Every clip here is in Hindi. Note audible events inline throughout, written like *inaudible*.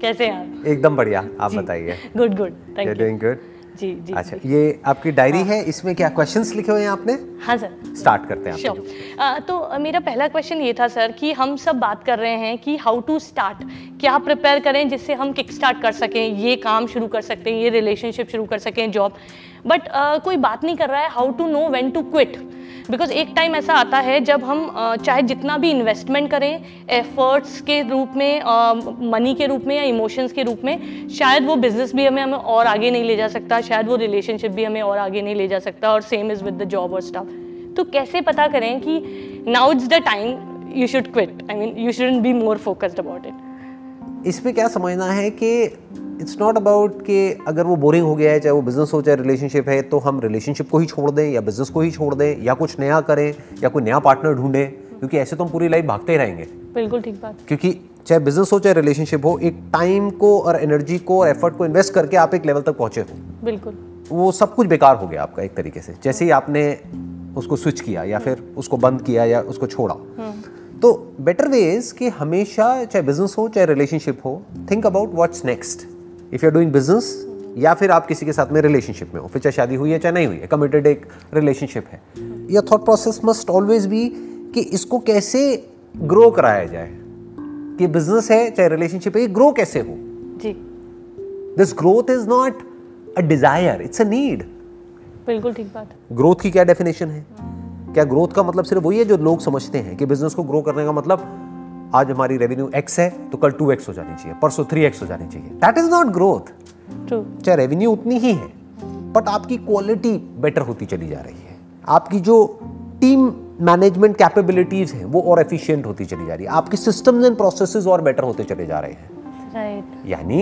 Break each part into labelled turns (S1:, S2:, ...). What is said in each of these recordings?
S1: कैसे हैं आप
S2: एकदम बढ़िया आप बताइए
S1: good good
S2: you
S1: thank you
S2: doing good
S1: जी जी
S2: अच्छा ये आपकी डायरी है इसमें क्या क्वेश्चंस लिखे हुए हैं आपने
S1: हाँ सर
S2: स्टार्ट करते हैं
S1: श्योर तो अ, मेरा पहला क्वेश्चन ये था सर कि हम सब बात कर रहे हैं कि हाउ टू स्टार्ट क्या प्रिपेयर करें जिससे हम किक स्टार्ट कर सकें ये काम शुरू कर सकते हैं ये रिलेशनशिप शुरू कर सकें जॉब बट कोई बात नहीं कर रहा है how to know when to quit because एक टाइम ऐसा आता है जब हम अ, चाहे जितना भी इन्वेस्टमेंट करें एफर्ट्स के रूप में मनी के रूप में या इमोशंस के रूप में शायद वो बिजनेस भी हमें हमें और आगे नहीं ले जा सकता शायद वो रिलेशनशिप भी हमें और आगे नहीं ले जा सकता और same is with the job और स्टाफ तो कैसे पता करें कि now is the time you should quit I mean you shouldn't be more focused about it
S2: आप इसमें क्या समझना है कि इट्स नॉट अबाउट कि अगर वो बोरिंग हो गया है चाहे वो बिजनेस हो चाहे रिलेशनशिप है तो हम रिलेशनशिप को ही छोड़ दें या बिजनेस को ही छोड़ दें या कुछ नया करें या कोई नया पार्टनर ढूंढें क्योंकि ऐसे तो हम पूरी लाइफ भागते ही रहेंगे
S1: बिल्कुल ठीक बात
S2: क्योंकि चाहे बिजनेस हो चाहे रिलेशनशिप हो एक टाइम को और एनर्जी को और एफर्ट को इन्वेस्ट करके आप एक लेवल तक पहुंचे हो
S1: बिल्कुल
S2: वो सब कुछ बेकार हो गया आपका एक तरीके से जैसे ही आपने उसको स्विच किया या फिर उसको बंद किया या उसको छोड़ा तो बेटर वे इज़ कि हमेशा चाहे बिजनेस हो चाहे रिलेशनशिप हो think about what's next if you are doing business या फिर आप किसी के साथ में रिलेशनशिप में हो फिर चाहे शादी हुई है चाहे नहीं हुई है कमिटेड एक रिलेशनशिप है या thought process must always be कि इसको कैसे ग्रो कराया जाए कि बिजनेस है चाहे रिलेशनशिप है ये ग्रो कैसे हो
S1: जी
S2: this growth is not a desire it's a need
S1: बिल्कुल ठीक बात
S2: ग्रोथ की क्या डेफिनेशन है क्या ग्रोथ का मतलब सिर्फ वही है जो लोग समझते हैं कि बिजनेस को ग्रो करने का मतलब आज हमारी रेवेन्यू एक्स है तो कल टू एक्स हो जानी चाहिए परसों थ्री एक्स हो जानी चाहिए that is not growth
S1: true
S2: चाहे रेवेन्यू उतनी ही है बट आपकी क्वालिटी बेटर होती चली जा रही है आपकी जो टीम मैनेजमेंट कैपेबिलिटीज हैं वो और एफिशिएंट होती चली जा रही है आपके सिस्टम्स एंड प्रोसेसेस और बेटर होते चले जा रहे हैं
S1: राइट
S2: यानी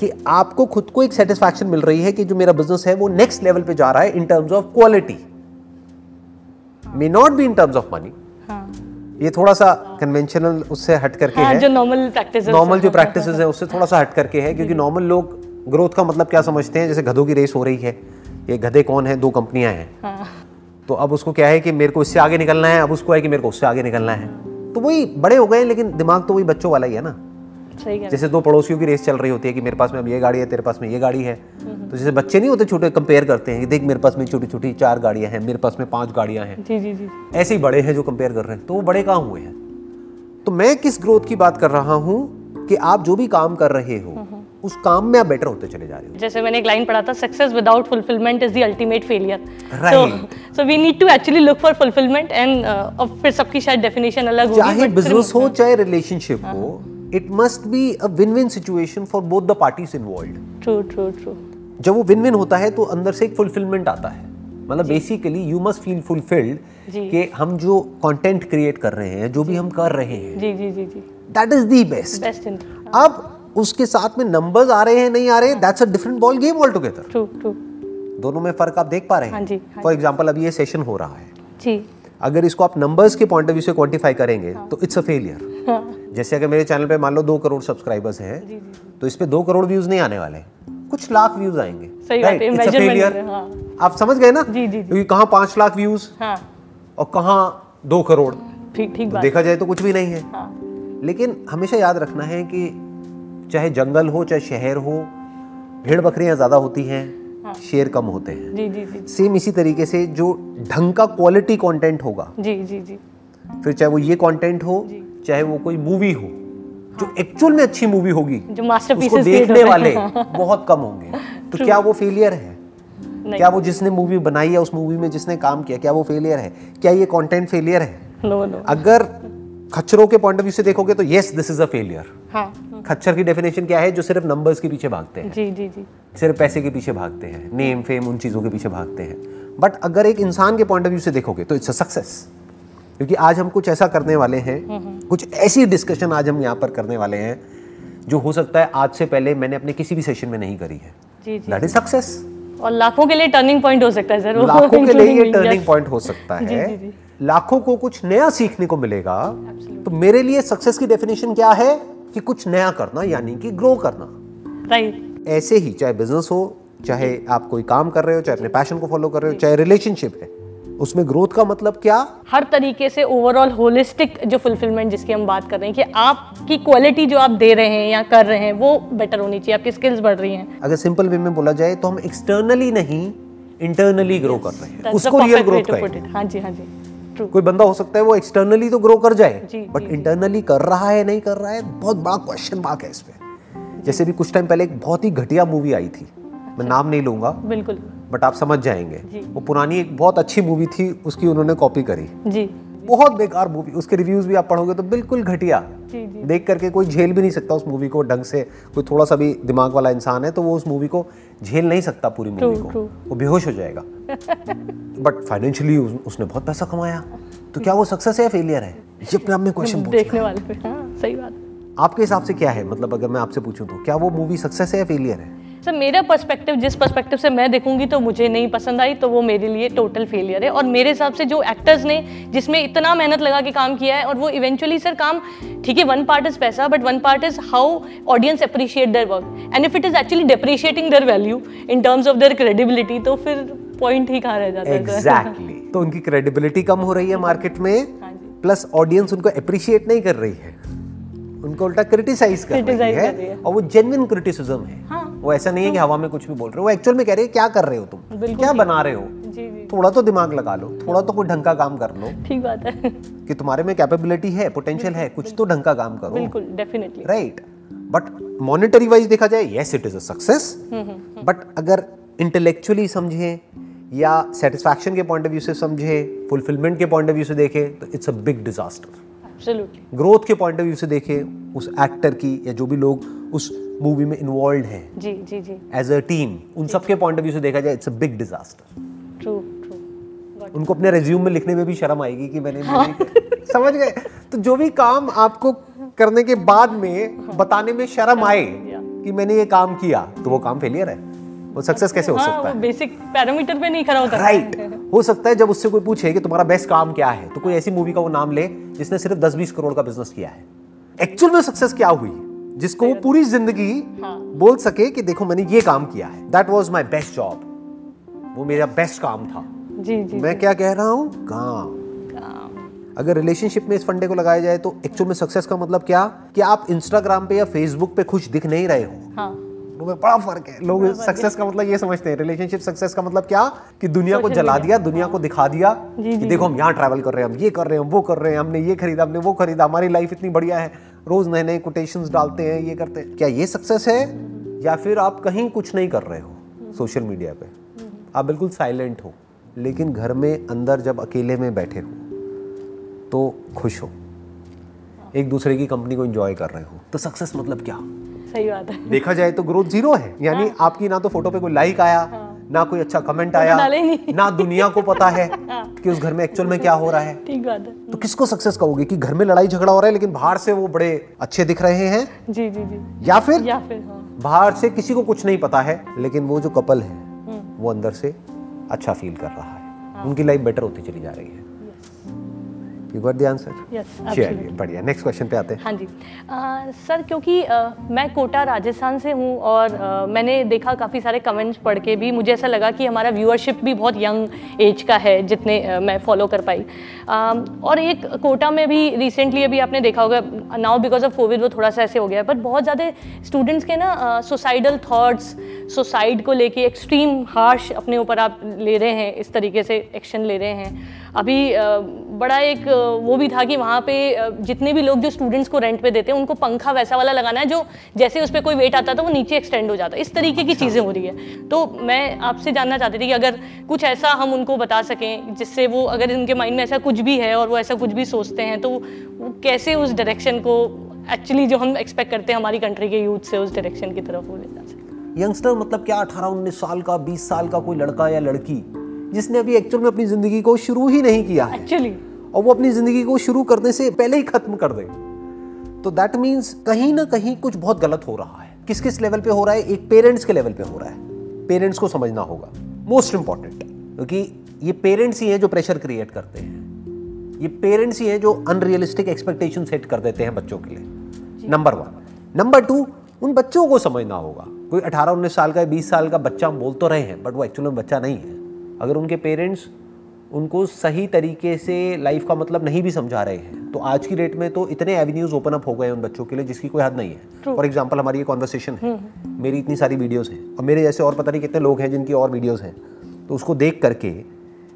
S2: कि आपको खुद को एक सेटिस्फैक्शन मिल रही है कि जो मेरा बिजनेस है वो नेक्स्ट लेवल पे जा रहा है in terms of quality may not be in terms of money
S1: हाँ
S2: ये थोड़ा सा कन्वेंशनल उससे हट करके
S1: हाँ जो
S2: है
S1: नॉर्मल प्रैक्टिस
S2: नॉर्मल जो प्रैक्टिस है उससे थोड़ा सा हट करके है क्योंकि नॉर्मल लोग ग्रोथ का मतलब क्या समझते हैं जैसे गधों की रेस हो रही है ये गधे कौन है दो कंपनियां हैं
S1: हाँ
S2: तो अब उसको क्या है कि मेरे को इससे आगे निकलना है अब उसको है कि मेरे को उससे आगे निकलना है तो वही बड़े हो गए हैं, लेकिन दिमाग तो वही बच्चों वाला ही है ना
S1: सही कह रहे
S2: जैसे दो पड़ोसियों की रेस चल रही होती है कि मेरे पास में अब ये गाड़ी है तेरे पास में ये गाड़ी है तो जैसे बच्चे नहीं होते छोटे कंपेयर करते हैं कि देख मेरे पास में छोटी छोटी चार गाड़ियां हैं मेरे पास में पांच गाड़ियां हैं
S1: हैं। जी जी जी
S2: ऐसे ही बड़े हैं जो कंपेयर कर रहे हैं तो वो बड़े कहाँ हुए हैं तो मैं किस ग्रोथ की बात कर रहा हूँ कि आप जो भी काम कर रहे हो उस काम में आप बेटर होते चले जा रहे हो
S1: जैसे मैंने एक लाइन पढ़ा था success without fulfilment is the ultimate failure
S2: Right.
S1: So we need to actually look for fulfilment and uh, अब फिर सबकी शायद डेफिनेशन अलग होगी
S2: चाहे
S1: but फिर-
S2: बिजनेस हो चाहे रिलेशनशिप हो it must be a win win situation for both the parties involve
S1: true true true
S2: जब वो विन विन होता है तो अंदर से एक फुलफिलमेंट आता है मतलब basically you must feel fulfilled
S1: जी।
S2: कि हम जो कंटेंट क्रिएट कर रहे हैं जो भी हम कर रहे हैं
S1: जी जी जी जी
S2: that is the best
S1: best in
S2: अब उसके साथ में नंबर्स आ रहे हैं नहीं आ रहे that's a different ball game altogether
S1: true true
S2: दोनों में फर्क आप देख पा रहे
S1: हाँ जी, हाँ
S2: हैं फॉर एग्जाम्पल अब ये सेशन हो रहा है
S1: जी
S2: अगर इसको आप नंबर्स के पॉइंट ऑफ व्यू से क्वांटिफाई करेंगे तो इट्स अ फेलियर
S1: हाँ
S2: जैसे अगर मेरे चैनल पे मान लो दो करोड़ सब्सक्राइबर्स
S1: जी,
S2: हैं
S1: जी,
S2: तो इस पे दो करोड़ व्यूज नहीं आने वाले कुछ लाख व्यूज आएंगे
S1: सही बात
S2: Right,
S1: है,
S2: it's a
S1: measurement
S2: failure.
S1: है, हाँ।
S2: आप समझ गए ना
S1: जी, जी, जी।
S2: क्योंकि कहाँ पांच लाख व्यूज
S1: हाँ
S2: और कहाँ दो करोड़
S1: ठीक ठीक बात
S2: देखा जाए तो कुछ भी नहीं है
S1: हाँ
S2: लेकिन हमेशा याद रखना है कि चाहे जंगल हो चाहे शहर हो भेड़ बकरियां ज्यादा होती हैं शेर कम होते हैं
S1: जी जी जी
S2: सेम इसी तरीके से जो ढंग का क्वालिटी कंटेंट होगा
S1: जी जी जी
S2: फिर चाहे वो ये कंटेंट हो चाहे वो कोई मूवी हो जो एक्चुअल में अच्छी मूवी होगी
S1: जो मास्टरपीसेस
S2: उसको देखने वाले
S1: हाँ,
S2: बहुत कम होंगे तो क्या वो फेलियर है
S1: नहीं
S2: क्या वो जिसने मूवी बनाई है उस मूवी में जिसने काम किया क्या वो फेलियर है क्या ये कंटेंट फेलियर है
S1: नो नो
S2: अगर खच्चरों के पॉइंट ऑफ व्यू से देखोगे तो yes this is a failure
S1: हाँ
S2: खच्चर की डेफिनेशन क्या है जो सिर्फ नंबर्स के पीछे भागते हैं
S1: जी जी जी
S2: सिर्फ पैसे के पीछे भागते हैं नेम फेम उन चीज़ों के पीछे भागते हैं बट अगर एक इंसान के पॉइंट ऑफ व्यू से देखोगे तो इट्स अ सक्सेस क्योंकि आज हम कुछ ऐसा करने वाले हैं कुछ ऐसी डिस्कशन आज हम यहाँ पर करने वाले हैं जो हो सकता है आज से पहले मैंने अपने किसी भी सेशन में नहीं करी है
S1: जी जी
S2: दैट इज
S1: *laughs*
S2: सक्सेस
S1: और लाखों के लिए टर्निंग पॉइंट हो सकता है सर वो
S2: लाखों के लिए ये
S1: including me,
S2: turning
S1: yes.
S2: Point हो सकता
S1: *laughs* जी,
S2: है
S1: जी, जी।
S2: लाखों को कुछ नया सीखने को मिलेगा तो मेरे लिए सक्सेस की डेफिनेशन क्या है कि कुछ नया करना यानी कि ग्रो करना
S1: राइट
S2: ऐसे ही चाहे बिजनेस हो चाहे आप कोई काम कर रहे हो चाहे अपने पैशन को फॉलो कर रहे हो चाहे रिलेशनशिप है उसमें ग्रोथ का मतलब क्या
S1: हर तरीके से ओवरऑल होलिस्टिक जो फुलफिलमेंट जिसकी हम बात कर रहे हैं कि आपकी क्वालिटी जो आप दे रहे हैं या कर रहे हैं वो बेटर होनी चाहिए आपकी स्किल्स बढ़ रही हैं
S2: अगर सिंपल वे में बोला जाए तो हम एक्सटर्नली नहीं इंटरनली ग्रो कर रहे हैं
S1: That's the
S2: उसको real
S1: perfect way
S2: growth
S1: to
S2: कहेंगे
S1: put it. हाँ जी हाँ जी ट्रू
S2: कोई बंदा हो सकता है वो एक्सटर्नली तो ग्रो कर
S1: जी,
S2: जाए बट
S1: जी,
S2: इंटरनली कर रहा है नहीं कर रहा है बहुत बड़ा क्वेश्चन मार्क है इस पे जैसे भी कुछ टाइम पहले एक बहुत ही घटिया मूवी आई थी मैं नाम नहीं लूंगा
S1: बिल्कुल
S2: बट आप समझ जाएंगे वो पुरानी एक बहुत अच्छी मूवी थी उसकी उन्होंने कॉपी करी
S1: जी
S2: बहुत बेकार मूवी उसके रिव्यूज भी आप पढ़ोगे तो बिल्कुल घटिया
S1: जी जी
S2: देख करके कोई झेल भी नहीं सकता उस मूवी को ढंग से कोई थोड़ा सा भी दिमाग वाला इंसान है तो वो उस मूवी को झेल नहीं सकता पूरी
S1: True,
S2: मूवी को
S1: true.
S2: वो बेहोश हो जाएगा बट फाइनेंशियली उस, उसने बहुत पैसा कमाया तो क्या वो सक्सेस है या फेलियर है ये अपने आप में क्वेश्चन पूछना
S1: देखने वाले पे हाँ सही बात
S2: है। आपके हिसाब से क्या है मतलब अगर मैं आपसे पूछूं तो क्या वो मूवी सक्सेस है या फेलियर है
S1: सर मेरा पर्सपेक्टिव जिस पर्सपेक्टिव से मैं देखूंगी तो मुझे नहीं पसंद आई तो वो मेरे लिए टोटल फेलियर है और मेरे हिसाब से जो एक्टर्स ने जिसमें इतना मेहनत लगा के काम किया है और वो इवेंचुअली सर काम ठीक है वन पार्ट इज पैसा but one part is how audience appreciate their work and if it is actually depreciating their value in terms of their credibility तो फिर पॉइंट ही कहाँ रह
S2: *laughs*
S1: जाता है सर
S2: एग्जैक्टली exactly. तो उनकी क्रेडिबिलिटी कम हो रही है मार्केट में
S1: हाँ जी
S2: प्लस ऑडियंस उनको अप्रिशिएट नहीं कर रही है उनको उल्टा क्रिटिसाइज कर रही
S1: Criticize
S2: है
S1: कर रही है।
S2: और वो जेन्युइन क्रिटिसिज्म है
S1: हाँ।
S2: वो ऐसा नहीं है कि हवा में कुछ भी बोल रहे हो वो एक्चुअल में कह रहे हैं क्या कर रहे हो तुम
S1: बिल्कुल
S2: क्या बना रहे हो
S1: जी जी
S2: थोड़ा तो दिमाग लगा लो थोड़ा तो कोई ढंग का काम कर लो
S1: ठीक बात है
S2: कि तुम्हारे में कैपेबिलिटी है पोटेंशियल है कुछ तो ढंग का काम करो
S1: बिल्कुल definitely
S2: right but monetary wise देखा जाए yes it is a success but अगर इंटेलेक्चुअली समझे या सेटिस्फैक्शन के पॉइंट ऑफ व्यू से समझे फुलफिलमेंट के पॉइंट ऑफ व्यू से देखे तो it's a big disaster
S1: absolutely
S2: growth के पॉइंट ऑफ व्यू से देखें उस एक्टर की या जो भी लोग उस मूवी में इन्वॉल्व हैं
S1: जी जी जी
S2: एज अ टीम उन सब के पॉइंट ऑफ व्यू से देखा जाए it's a big disaster
S1: true true
S2: उनको अपने रेज्यूम में लिखने में भी शर्म आएगी कि मैंने
S1: हाँ।
S2: movie- समझ गए तो जो भी काम आपको करने के बाद में बताने में शर्म आए
S1: Yeah.
S2: कि मैंने ये काम किया तो वो काम फेलियर है वो सक्सेस कैसे हो
S1: हाँ
S2: सकता
S1: वो
S2: है
S1: बेसिक पैरामीटर पे नहीं खड़ा होता *laughs*
S2: राइट हो सकता है जब उससे कोई पूछे कि तुम्हारा बेस्ट काम क्या है तो कोई ऐसी मूवी का वो नाम ले जिसने सिर्फ 10-20 करोड़ का बिजनेस किया है एक्चुअल में सक्सेस क्या हुई जिसको वो पूरी जिंदगी
S1: हाँ।
S2: बोल सके कि देखो मैंने ये काम किया है that was my best job वो मेरा बेस्ट काम था
S1: जी जी
S2: मैं क्या कह रहा हूँ काम
S1: काम।
S2: अगर रिलेशनशिप में इस फंडे को लगाया जाए तो एक्चुअल में सक्सेस का मतलब क्या कि आप इंस्टाग्राम पे या फेसबुक पे खुश दिख नहीं रहे हो
S1: हाँ
S2: लोगों में बड़ा फर्क है लोग सक्सेस का मतलब ये समझते हैं रिलेशनशिप सक्सेस का मतलब क्या कि दुनिया को जला दिया दुनिया को दिखा दिया
S1: जी,
S2: कि देखो हम यहाँ ट्रैवल कर रहे हैं हम ये कर रहे हैं हम वो कर रहे हैं हमने ये खरीदा हमने वो खरीदा हमारी लाइफ इतनी बढ़िया है रोज नए नए कोटेशन डालते हैं ये करते हैं क्या ये सक्सेस है या फिर आप कहीं कुछ नहीं कर रहे हो सोशल मीडिया पे आप बिल्कुल साइलेंट हो लेकिन घर में अंदर जब अकेले में बैठे हो तो खुश हो एक दूसरे की कंपनी को एंजॉय कर रहे हो तो सक्सेस मतलब क्या
S1: सही बात है
S2: देखा जाए तो ग्रोथ जीरो है यानी
S1: हाँ।
S2: आपकी ना तो फोटो पे कोई लाइक आया ना कोई अच्छा कमेंट आया
S1: डाला ही नहीं। हाँ।
S2: ना दुनिया को पता
S1: *laughs*
S2: है कि उस घर में एक्चुअल में क्या हो रहा है
S1: ठीक बात है
S2: तो किसको सक्सेस कहोगे कि घर में लड़ाई झगड़ा हो रहा है लेकिन बाहर से वो बड़े अच्छे दिख रहे हैं
S1: जी जी जी
S2: या फिर
S1: या फिर हाँ
S2: बाहर से किसी को कुछ नहीं पता है लेकिन वो जो कपल है
S1: हम्म।
S2: वो अंदर से अच्छा फील कर रहा
S1: हाँ।
S2: है उनकी लाइफ बेटर होती चली जा रही है you got the answer
S1: yes
S2: चलिए बढ़िया नेक्स्ट क्वेश्चन पे आते हैं
S1: हाँ जी अ, सर क्योंकि अ, मैं कोटा राजस्थान से हूँ और अ, मैंने देखा काफ़ी सारे कमेंट्स पढ़ के भी मुझे ऐसा लगा कि हमारा व्यूअरशिप भी बहुत यंग एज का है जितने अ, मैं फॉलो कर पाई अम, और एक कोटा में भी रिसेंटली अभी आपने देखा होगा नाउ बिकॉज ऑफ कोविड वो थोड़ा सा ऐसे हो गया है बट बहुत ज़्यादा स्टूडेंट्स के ना सुसाइडल थाट्स सुसाइड को लेके एक्सट्रीम हार्श अपने ऊपर आप ले रहे हैं इस तरीके से एक्शन ले रहे हैं अभी अ, बड़ा एक अ, वो भी था कि वहाँ पे अ, जितने भी लोग जो स्टूडेंट्स को रेंट पे देते हैं उनको पंखा वैसा वाला लगाना है जो जैसे उस पर कोई वेट आता है तो वो नीचे एक्सटेंड हो जाता है इस तरीके की चीज़ें हो रही है तो मैं आपसे जानना चाहती थी कि अगर कुछ ऐसा हम उनको बता सकें जिससे वो अगर इनके माइंड में ऐसा कुछ भी है और वो ऐसा कुछ भी सोचते हैं तो वो कैसे उस डायरेक्शन को एक्चुअली जो हम एक्सपेक्ट करते हैं हमारी कंट्री के यूथ से उस डायरेक्शन की तरफ वो ले जा सकें
S2: यंगस्टर मतलब क्या 18 19 साल का 20 साल का कोई लड़का या लड़की जिसने अभी एक्चुअल में अपनी जिंदगी को शुरू ही नहीं किया है
S1: एक्चुअली
S2: और वो अपनी जिंदगी को शुरू करने से पहले ही खत्म कर दे तो दैट मीन्स कहीं ना कहीं कुछ बहुत गलत हो रहा है किस किस लेवल पे हो रहा है एक पेरेंट्स के लेवल पे हो रहा है पेरेंट्स को समझना होगा मोस्ट इंपॉर्टेंट क्योंकि ये पेरेंट्स ही हैं जो प्रेशर क्रिएट करते हैं ये पेरेंट्स ही हैं जो अनरियलिस्टिक एक्सपेक्टेशन सेट कर देते हैं बच्चों के लिए नंबर वन नंबर टू उन बच्चों को समझना होगा कोई 18 19 साल का 20 साल का बच्चा हम बोल तो रहे हैं बट वो एक्चुअल में बच्चा नहीं है अगर उनके पेरेंट्स उनको सही तरीके से लाइफ का मतलब नहीं भी समझा रहे हैं तो आज की डेट में तो इतने एवेन्यूज ओपन अप हो गए हैं उन बच्चों के लिए जिसकी कोई हद नहीं है फॉर एग्जाम्पल हमारी ये कॉन्वर्सेशन है मेरी इतनी सारी वीडियोज़ हैं और मेरे जैसे और पता नहीं कितने लोग हैं जिनकी और वीडियोज़ हैं तो उसको देख करके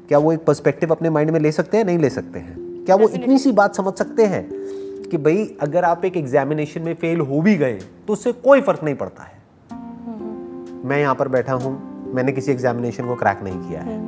S2: क्या वो एक पर्सपेक्टिव अपने माइंड में ले सकते हैं नहीं ले सकते हैं क्या वो इतनी सी बात समझ सकते हैं कि भाई अगर आप एक एग्जामिनेशन में फेल हो भी गए तो उससे कोई फर्क नहीं पड़ता है मैं यहाँ पर बैठा हूँ मैंने किसी एग्जामिनेशन को क्रैक नहीं किया है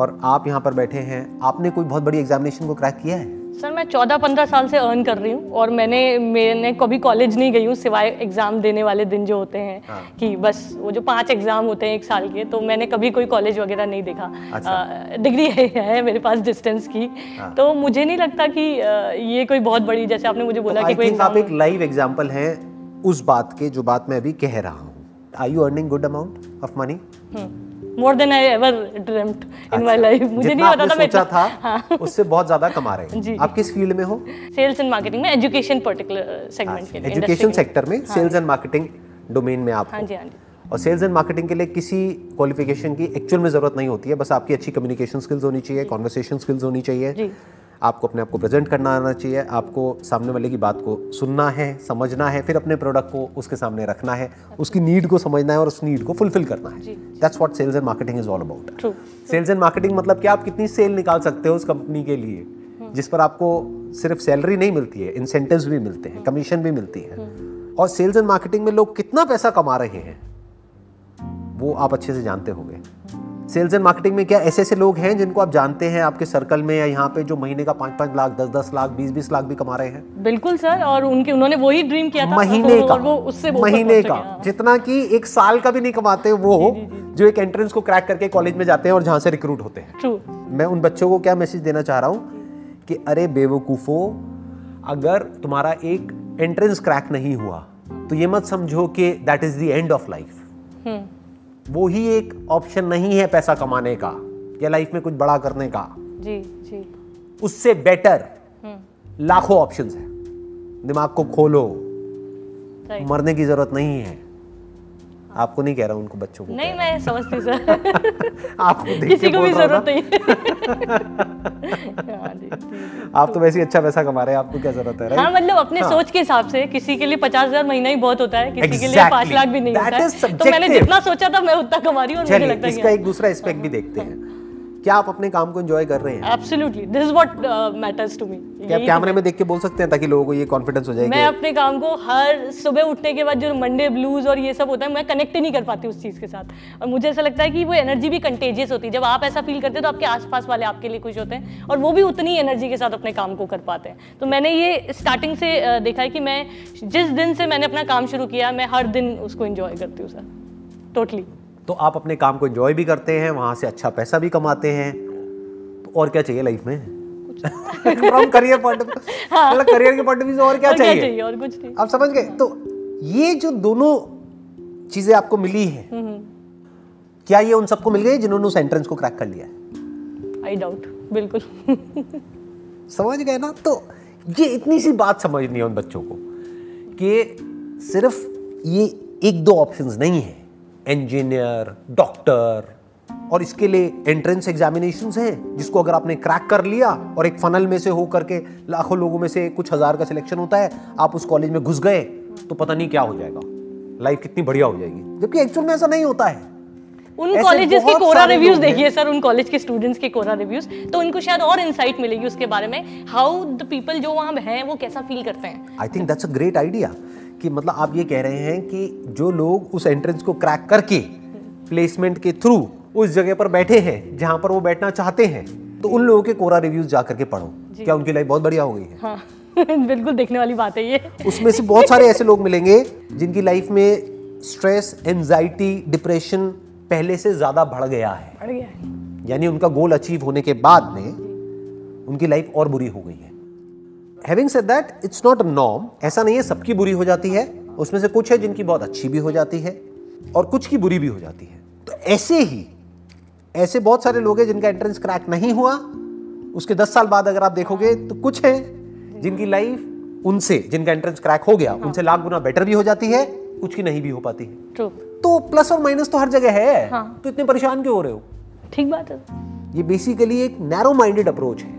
S2: और आप यहाँ पर बैठे हैं आपने कोई बहुत बड़ी एग्जामिनेशन को क्रैक किया है
S1: सर मैं चौदह पंद्रह साल से अर्न कर रही हूँ और मैंने मैंने कभी कॉलेज नहीं गई हूँ सिवाय एग्ज़ाम देने वाले दिन जो होते हैं
S2: हाँ।
S1: कि बस वो जो पांच एग्ज़ाम होते हैं एक साल के तो मैंने कभी कोई कॉलेज वगैरह नहीं देखा
S2: अच्छा।
S1: अ, डिग्री है, है मेरे पास डिस्टेंस की
S2: हाँ।
S1: तो मुझे नहीं लगता कि अ, ये कोई बहुत बड़ी जैसे आपने मुझे बोला कि
S2: आई
S1: कोई
S2: थिंक आप
S1: एग्जाम
S2: एक लाइव एग्जाम्पल हैं उस बात के जो बात मैं अभी कह रहा हूँ I you earning good amount of money
S1: हाँ, more than I ever dreamed in my life मुझे नहीं पता था मैं
S2: अच्छा। सोचा
S1: इतना- हाँ।
S2: था उससे बहुत ज्यादा कमा
S1: *laughs*
S2: रहे
S1: जी।
S2: हैं आप किस फील्ड में हो
S1: सेल्स एंड मार्केटिंग में एजुकेशन पर्टिकुलर
S2: अच्छा,
S1: सेगमेंट के लिए
S2: एजुकेशन सेक्टर में सेल्स एंड मार्केटिंग डोमेन में आप
S1: हाँ
S2: हो
S1: जी हाँ जी
S2: और सेल्स एंड मार्केटिंग के लिए किसी क्वालिफिकेशन की एक्चुअल में ज़रूरत नहीं होती है बस आपकी अच्छी कम्युनिकेशन स्किल्स होनी चाहिए कॉन्वर्सेशन स्किल्स होनी चाहिए
S1: जी।
S2: आपको अपने आप को प्रेजेंट करना आना चाहिए आपको सामने वाले की बात को सुनना है समझना है फिर अपने प्रोडक्ट को उसके सामने रखना है उसकी नीड को समझना है और उस नीड को फुलफिल करना है
S1: जी।
S2: That's what sales and marketing is all about
S1: true
S2: sales and marketing मतलब कि आप कितनी सेल निकाल सकते हो उस कंपनी के लिए जिस पर आपको सिर्फ सैलरी नहीं मिलती है इंसेंटिव्स भी मिलते हैं कमीशन भी मिलती है और सेल्स एंड मार्केटिंग में लोग कितना पैसा कमा रहे हैं वो आप अच्छे से जानते होंगे सेल्स एंड मार्केटिंग में क्या ऐसे ऐसे लोग हैं जिनको आप जानते हैं आपके सर्कल में या यहाँ पे जो महीने का पाँच पाँच लाख दस दस लाख बीस बीस लाख भी कमा रहे हैं
S1: बिल्कुल सर और उनके उन्होंने वही ड्रीम किया था
S2: महीने
S1: और
S2: का
S1: तो वो उससे अच्छा वो ऊपर
S2: महीने
S1: पहुंच
S2: का
S1: गया।
S2: जितना कि एक साल का भी नहीं कमाते वो जो एक एंट्रेंस को क्रैक करके कॉलेज में जाते हैं और जहाँ से रिक्रूट होते हैं
S1: हाँ। True.
S2: मैं उन बच्चों को क्या मैसेज देना चाह रहा हूँ कि अरे बेवकूफ़ो अगर तुम्हारा एक एंट्रेंस क्रैक नहीं हुआ तो ये मत समझो कि that is the end of life
S1: हम्म
S2: वो ही एक ऑप्शन नहीं है पैसा कमाने का या लाइफ में कुछ बड़ा करने का
S1: जी जी
S2: उससे बेटर
S1: हम्म
S2: लाखों ऑप्शंस हैं दिमाग को खोलो
S1: राइट
S2: मरने की जरूरत नहीं है आपको नहीं कह रहा हूं उनको बच्चों
S1: *laughs*
S2: को
S1: नहीं मैं समझती
S2: *laughs*
S1: सर
S2: आपको देख के
S1: किसी को
S2: बोल
S1: भी
S2: रहा हूं ना,
S1: जरूरत नहीं हाँ, है। हाँ, जी, जी।
S2: आप तो वैसे ही अच्छा पैसा कमा रहे हैं आपको क्या जरूरत है
S1: हाँ
S2: राइट
S1: मतलब अपने सोच के हिसाब से किसी के लिए पचास हजार महीना ही बहुत होता है किसी के लिए पांच
S2: Exactly.
S1: लाख भी नहीं
S2: That
S1: होता
S2: is
S1: है तो मैंने
S2: subjective.
S1: जितना सोचा था मैं उतना कमा रही हूँ और *laughs* मुझे
S2: चलिए
S1: लगता
S2: इसका
S1: है
S2: एक दूसरा एस्पेक्ट भी देखते हैं क्या आप अपने काम को एंजॉय
S1: *laughs*
S2: कर रहे हैं
S1: absolutely this is what matters to me
S2: क्या आप कैमरे में देख के बोल सकते हैं ताकि लोगों को ये कॉन्फिडेंस हो
S1: मैं
S2: जाएगा
S1: अपने काम को हर सुबह उठने के बाद जो मंडे ब्लूज और ये सब होता है मैं कनेक्ट ही नहीं कर पाती उस चीज़ के साथ और मुझे ऐसा लगता है कि वो एनर्जी भी कंटेजियस होती है जब आप ऐसा फील करते हैं तो आपके आसपास वाले आपके लिए खुश होते हैं और वो भी उतनी एनर्जी के साथ अपने काम को कर पाते हैं तो मैंने ये स्टार्टिंग से अ, देखा है कि मैं जिस दिन से मैंने अपना काम शुरू किया मैं हर दिन उसको इंजॉय करती हूँ सर टोटली
S2: तो आप अपने काम को एंजॉय भी करते हैं वहां से अच्छा पैसा भी कमाते हैं तो और क्या चाहिए लाइफ में *laughs* फ्रॉम करियर
S1: *laughs*
S2: पॉइंट मतलब करियर के पॉइंट ऑफ व्यू से और क्या
S1: क्या
S2: चाहिए
S1: चाहिए हाँ। और कुछ नहीं
S2: आप समझ गए तो ये जो दोनों चीजें आपको मिली है
S1: हम्म।
S2: क्या ये उन सबको मिल गई जिन्होंने उस एंट्रेंस को क्रैक कर लिया है
S1: आई डाउट बिल्कुल *laughs*
S2: समझ गए ना तो ये इतनी सी बात समझनी है उन बच्चों को कि सिर्फ ये एक दो ऑप्शंस नहीं है इंजीनियर डॉक्टर और इसके लिए एंट्रेंस एग्जामिनेशन हैं जिसको अगर आपने क्रैक कर लिया और एक फनल में से हो करके लाखों लोगों में से कुछ हज़ार का सिलेक्शन होता है आप उस कॉलेज में घुस गए तो पता नहीं क्या हो जाएगा लाइफ कितनी बढ़िया हो जाएगी जबकि एक्चुअल में ऐसा नहीं होता है
S1: उन
S2: ऐसे
S1: कॉलेजेस के
S2: बहुत
S1: कोरा
S2: सारे
S1: रिव्यूज
S2: लोग हैं।
S1: देखिए सर उन कॉलेज के स्टूडेंट्स के कोरा रिव्यूज तो उनको शायद और इंसाइट मिलेगी उसके बारे में हाउ द पीपल जो वहाँ हैं वो कैसा फील करते हैं
S2: I think that's a great idea कि मतलब आप ये कह रहे हैं कि जो लोग उस एंट्रेंस को क्रैक करके प्लेसमेंट के थ्रू उस जगह पर बैठे हैं जहां पर वो बैठना चाहते हैं तो उन लोगों के कोरा रिव्यूज जा करके पढ़ो क्या उनकी लाइफ बहुत बढ़िया हो गई है
S1: हाँ *laughs* बिल्कुल देखने वाली बात है ये
S2: उसमें से बहुत सारे ऐसे लोग मिलेंगे जिनकी लाइफ में स्ट्रेस एनजाइटी डिप्रेशन पहले से ज़्यादा बढ़ गया है
S1: बढ़ गया है।
S2: यानी उनका गोल अचीव होने के बाद में उनकी लाइफ और बुरी हो गई है having said that it's not a norm ऐसा नहीं है सबकी बुरी हो जाती है उसमें से कुछ है जिनकी बहुत अच्छी भी हो जाती है और कुछ की बुरी भी हो जाती है तो ऐसे ही ऐसे बहुत सारे लोग हैं जिनका एंट्रेंस क्रैक नहीं हुआ उसके 10 साल बाद अगर आप देखोगे तो कुछ हैं जिनकी लाइफ उनसे जिनका एंट्रेंस क्रैक हो गया उनसे लाख गुना बेटर भी हो जाती है कुछ की नहीं भी हो पाती है
S1: ट्रू
S2: तो प्लस और माइनस तो हर जगह है
S1: हाँ।
S2: तो इतने परेशान क्यों हो रहे हो
S1: ठीक बात है
S2: ये बेसिकली एक नैरो माइंडेड अप्रोच है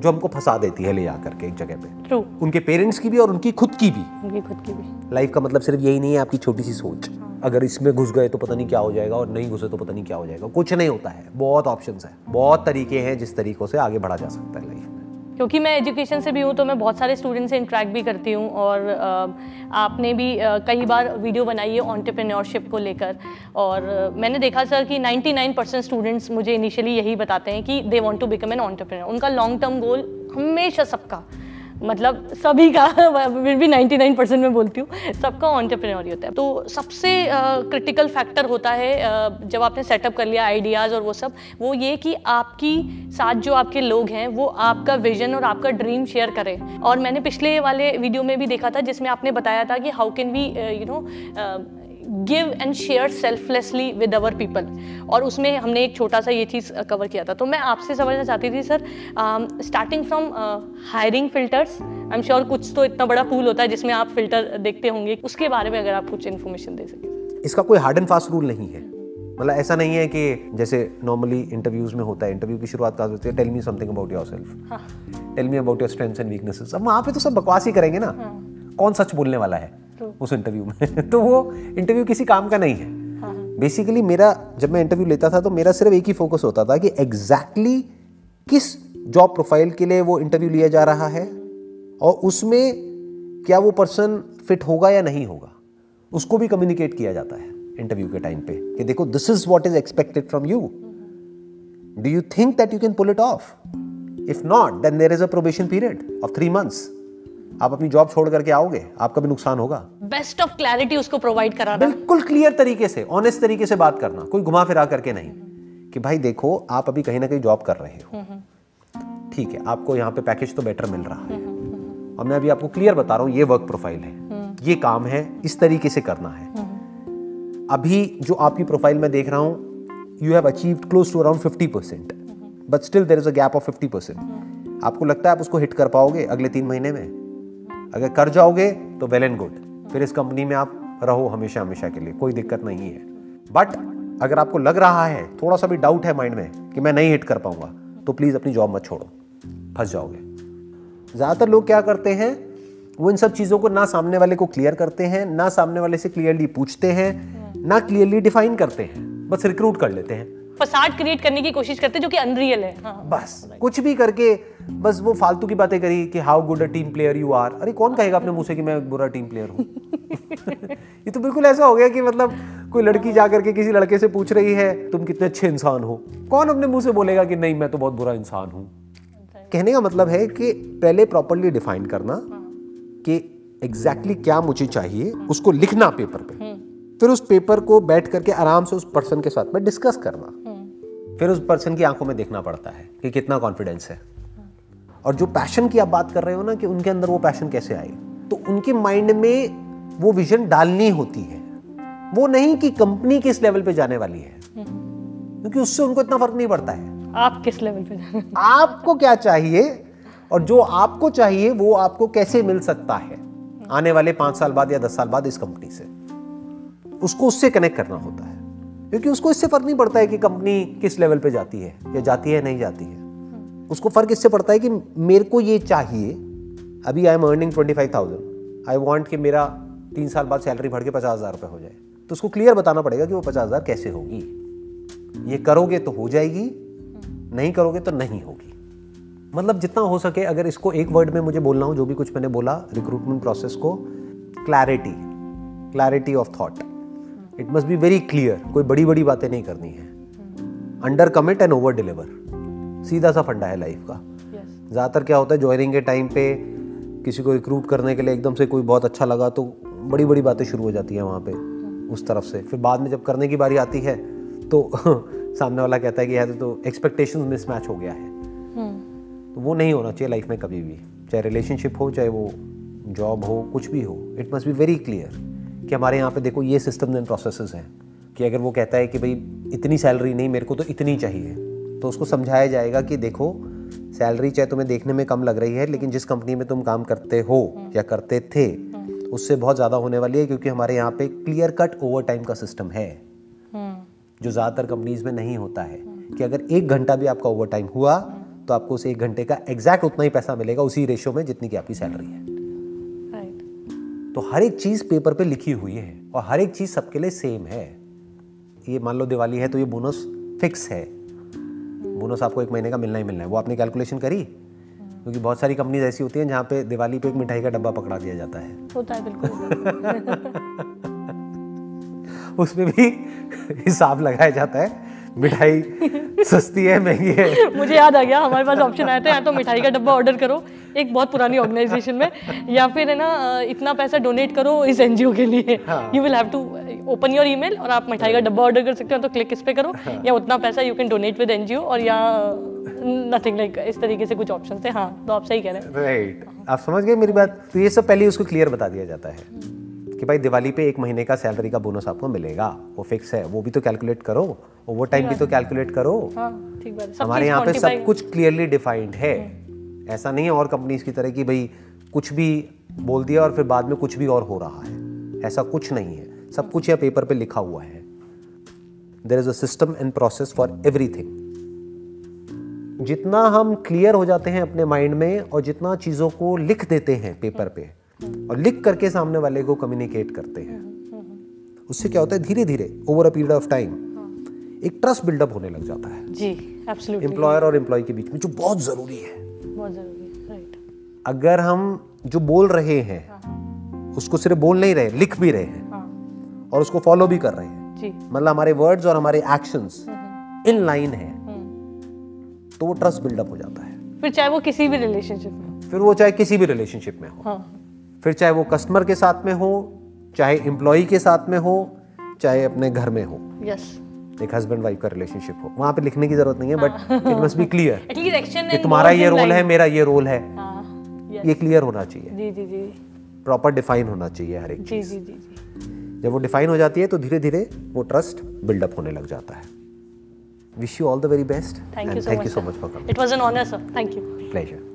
S2: जो हमको फंसा देती है ले जा करके एक जगह पे
S1: ट्रू
S2: उनके पेरेंट्स की भी और उनकी खुद की भी
S1: उनकी खुद की भी
S2: लाइफ का मतलब सिर्फ यही नहीं है आपकी छोटी सी सोच अगर इसमें घुस गए तो पता नहीं क्या हो जाएगा और नहीं घुसे तो पता नहीं क्या हो जाएगा कुछ नहीं होता है बहुत ऑप्शन है बहुत तरीके हैं जिस तरीकों से आगे बढ़ा जा सकता है लाइफ में
S1: क्योंकि मैं एजुकेशन से भी हूँ तो मैं बहुत सारे स्टूडेंट से इंटरेक्ट भी करती हूँ और अ, आपने भी अ, कई बार वीडियो बनाई है ऑन्टरप्रेन्योरशिप को लेकर और अ, मैंने देखा सर कि 99 परसेंट स्टूडेंट्स मुझे इनिशियली यही बताते हैं कि they want to become an entrepreneur उनका लॉन्ग टर्म गोल हमेशा सबका मतलब सभी का फिर भी 99 परसेंट मैं बोलती हूँ सबका ऑन्टरप्रेन्योर ही होता है तो सबसे क्रिटिकल फैक्टर होता है अ, जब आपने सेटअप कर लिया आइडियाज़ और वो सब वो ये कि आपकी साथ जो आपके लोग हैं वो आपका विजन और आपका ड्रीम शेयर करें और मैंने पिछले वाले वीडियो में भी देखा था जिसमें आपने बताया था कि how can we you know give and share selflessly with our people और उसमें हमने एक छोटा सा ये चीज़ कवर किया था तो मैं आपसे समझना चाहती थी um, sir starting from hiring filters I am sure कुछ तो इतना बड़ा पूल होता है जिसमें आप फिल्टर देखते होंगे उसके बारे में अगर आप कुछ इन्फॉर्मेशन दे सकें
S2: इसका कोई हार्ड एंड फास्ट रूल नहीं है मतलब ऐसा नहीं है कि जैसे नॉर्मली इंटरव्यूज में होता है इंटरव्यू की शुरुआत कहा होती है tell me something about your
S1: हाँ।
S2: Self tell me about your strengths and weaknesses अब वहाँ पे तो सब बकवास ही करेंगे ना कौन सच बोलने वाला है
S1: हाँ। True.
S2: उस इंटरव्यू में *laughs* तो वो इंटरव्यू किसी काम का नहीं है
S1: हाँ
S2: बेसिकली मेरा जब मैं इंटरव्यू लेता था तो मेरा सिर्फ एक ही फोकस होता था कि एग्जैक्टली exactly किस जॉब प्रोफाइल के लिए वो इंटरव्यू लिया जा रहा है और उसमें क्या वो पर्सन फिट होगा या नहीं होगा उसको भी कम्युनिकेट किया जाता है इंटरव्यू के टाइम पे कि देखो this is what is expected from you
S1: hmm.
S2: Do you think that you can pull it off if not then there is a probation period of three months आप अपनी जॉब छोड़ करके आओगे आपका भी नुकसान होगा
S1: बेस्ट ऑफ क्लैरिटी उसको प्रोवाइड कराना
S2: बिल्कुल क्लियर तरीके से ऑनेस्ट तरीके से बात करना कोई घुमा फिरा करके नहीं कि भाई देखो आप अभी कहीं ना कहीं जॉब कर रहे हो ठीक है आपको यहाँ पे पैकेज तो बेटर मिल रहा है और मैं अभी आपको क्लियर बता रहा हूँ ये वर्क प्रोफाइल है ये काम है इस तरीके से करना है अभी जो आपकी प्रोफाइल में देख रहा हूँ you have achieved close to around fifty percent but still there is a gap of fifty percent आपको लगता है आप उसको हिट कर पाओगे अगले तीन महीने में अगर कर जाओगे तो वेल एंड गुड फिर इस कंपनी में आप रहो हमेशा हमेशा के लिए कोई दिक्कत नहीं है बट अगर आपको लग रहा है थोड़ा सा भी डाउट है माइंड में कि मैं नहीं हिट कर पाऊंगा तो प्लीज़ अपनी जॉब मत छोड़ो फंस जाओगे ज़्यादातर लोग क्या करते हैं वो इन सब चीज़ों को ना सामने वाले को क्लियर करते हैं ना सामने वाले से क्लियरली पूछते हैं ना क्लियरली डिफाइन करते हैं बस रिक्रूट कर लेते हैं
S1: फसाद क्रिएट करने की कोशिश करते हैं जो कि अनरियल है हाँ
S2: बस कुछ भी करके बस वो फालतू की बातें करी कि how good a team player you are अरे कौन कहेगा अपने मुंह से कि मैं एक बुरा टीम प्लेयर हूँ *laughs* ये तो बिल्कुल ऐसा हो गया कि मतलब कोई लड़की जा करके किसी लड़के से पूछ रही है तुम कितने अच्छे इंसान हो कौन अपने मुंह से बोलेगा कि नहीं मैं तो बहुत बुरा इंसान हूँ कहने का मतलब है कि पहले प्रॉपरली डिफाइन करना
S1: हाँ।
S2: कि एग्जैक्टली exactly क्या मुझे चाहिए उसको लिखना पेपर
S1: हम्म।
S2: पे फिर उस पेपर को बैठ करके आराम से उस पर्सन के साथ में डिस्कस करना फिर उस पर्सन की आंखों में देखना पड़ता है कि कितना कॉन्फिडेंस है और जो पैशन की आप बात कर रहे हो ना कि उनके अंदर वो पैशन कैसे आई तो उनके माइंड में वो विजन डालनी होती है वो नहीं कि कंपनी किस लेवल पे जाने वाली है क्योंकि उससे उनको इतना फर्क नहीं पड़ता है
S1: आप किस लेवल पे *laughs* जाना
S2: आपको क्या चाहिए और जो आपको चाहिए वो आपको कैसे मिल सकता है आने वाले पांच साल बाद या दस साल बाद इस कंपनी से उसको उससे कनेक्ट करना होता है क्योंकि उसको इससे फर्क नहीं पड़ता है कि कंपनी किस लेवल पे जाती है या जाती है या नहीं जाती है उसको फर्क इससे पड़ता है कि मेरे को ये चाहिए अभी I am earning twenty five thousand I want कि मेरा तीन साल बाद सैलरी बढ़ के पचास हज़ार रुपये हो जाए तो उसको क्लियर बताना पड़ेगा कि वो पचास हज़ार कैसे होगी ये करोगे तो हो जाएगी नहीं करोगे तो नहीं होगी मतलब जितना हो सके अगर इसको एक वर्ड में मुझे बोलना हो जो भी कुछ मैंने बोला रिक्रूटमेंट प्रोसेस को clarity clarity of thought it must be very clear कोई बड़ी बड़ी बातें नहीं करनी है under commit and over deliver सीधा सा फंडा है लाइफ का
S1: यस
S2: ज़्यादातर क्या होता है ज्वाइनिंग के टाइम पे किसी को रिक्रूट करने के लिए एकदम से कोई बहुत अच्छा लगा तो बड़ी बड़ी बातें शुरू हो जाती हैं वहाँ पे उस तरफ से फिर बाद में जब करने की बारी आती है तो *laughs* सामने वाला कहता है कि यार तो एक्सपेक्टेशन मिसमैच हो गया है
S1: हम्म।
S2: तो वो नहीं होना चाहिए लाइफ में कभी भी चाहे रिलेशनशिप हो चाहे वो जॉब हो कुछ भी हो it must be very clear कि हमारे यहाँ पे देखो ये सिस्टम्स एंड प्रोसेसेस हैं कि अगर वो कहता है कि भाई इतनी सैलरी नहीं मेरे को तो इतनी चाहिए तो उसको समझाया जाएगा कि देखो सैलरी चाहे तुम्हें देखने में कम लग रही है लेकिन जिस कंपनी में तुम काम करते हो या करते थे उससे बहुत ज़्यादा होने वाली है क्योंकि हमारे यहाँ पे क्लियर कट ओवर टाइम का सिस्टम है
S1: हम्म
S2: जो ज़्यादातर कंपनीज में नहीं होता है कि अगर एक घंटा भी आपका ओवर टाइम हुआ तो आपको उस एक घंटे का एग्जैक्ट उतना ही पैसा मिलेगा उसी रेशियो में जितनी की आपकी सैलरी है
S1: राइट
S2: तो हर एक चीज़ पेपर पे लिखी हुई है और हर एक चीज़ सबके लिए सेम है ये मान लो दिवाली है तो ये बोनस फिक्स है बोनस आपको एक महीने का मिलना ही मिलना है वो आपने कैलकुलेशन करी क्योंकि बहुत सारी कंपनीज ऐसी होती हैं जहाँ पे दिवाली पे एक मिठाई का डब्बा पकड़ा दिया जाता है
S1: होता है बिल्कुल
S2: उसमें भी *laughs* हिसाब लगाया जाता है मिठाई सस्ती है महंगी है
S1: *laughs* मुझे याद आ गया हमारे पास ऑप्शन आया था या तो मिठाई का डब्बा ऑर्डर करो एक बहुत पुरानी ऑर्गेनाइजेशन में या फिर है ना अ, इतना पैसा डोनेट करो इस एनजीओ के लिए
S2: हाँ।
S1: You will have to open your email और आप मिठाई का डब्बा ऑर्डर कर सकते हो तो क्लिक इस पे करो
S2: हाँ।
S1: या उतना पैसा you can donate with NGO और या नथिंग लाइक इस तरीके से कुछ ऑप्शन थे हाँ तो आप सही कह रहे हैं
S2: राइट आप समझ गए मेरी बात तो ये सब पहले ही उसको क्लियर बता दिया जाता है कि भाई दिवाली पे एक महीने का सैलरी का बोनस आपको मिलेगा वो फिक्स है वो भी तो कैलकुलेट करो ओवर टाइम भी तो कैलकुलेट करो
S1: हाँ ठीक बात है। सब
S2: हमारे
S1: चीज़
S2: यहाँ पे सब
S1: quantify- हम्म।
S2: कुछ क्लियरली डिफाइंड है ऐसा नहीं है और कंपनीज की तरह कि भाई कुछ भी बोल दिया और फिर बाद में कुछ भी और हो रहा है ऐसा कुछ नहीं है सब कुछ यह पेपर पे लिखा हुआ है there is a system and process for everything जितना हम क्लियर हो जाते हैं अपने माइंड में और जितना चीज़ों को लिख देते हैं पेपर पे और लिख करके सामने वाले को कम्युनिकेट करते हैं
S1: हम्म,
S2: उससे क्या होता है धीरे धीरे over a period of time
S1: हाँ।
S2: एक ट्रस्ट बिल्डअप होने लग जाता है
S1: जी एब्सोल्युटली
S2: एम्प्लॉयर और एम्प्लॉय के बीच में जो बहुत ज़रूरी है
S1: बहुत जरूरी राइट
S2: अगर हम जो बोल रहे हैं उसको सिर्फ बोल नहीं रहे लिख भी रहे हैं
S1: हाँ
S2: और उसको फॉलो भी कर रहे हैं
S1: जी
S2: मतलब हमारे वर्ड्स और हमारे एक्शंस इन लाइन है तो वो ट्रस्ट बिल्डअप हो जाता है
S1: फिर चाहे वो किसी भी रिलेशनशिप में हो।
S2: फिर वो चाहे किसी भी रिलेशनशिप में हो
S1: हाँ
S2: फिर चाहे वो कस्टमर के साथ में हो चाहे एम्प्लॉय के साथ में हो चाहे अपने घर में हो
S1: यस
S2: एक हस्बैंड वाइफ का रिलेशनशिप हो वहां पे लिखने की जरूरत नहीं है but it must be clear
S1: at least action
S2: कि तुम्हारा ये रोल है मेरा ये रोल है
S1: हाँ yes,
S2: ये क्लियर होना चाहिए
S1: जी जी जी
S2: प्रॉपर डिफाइन होना चाहिए हर एक
S1: जी जी जी जी
S2: जब वो डिफाइन हो जाती है तो धीरे धीरे वो ट्रस्ट बिल्डअप होने लग जाता है wish you all the very best
S1: Thank you so
S2: thank
S1: much,
S2: you so
S1: sir.
S2: Much for coming
S1: it was an honour sir thank you
S2: pleasure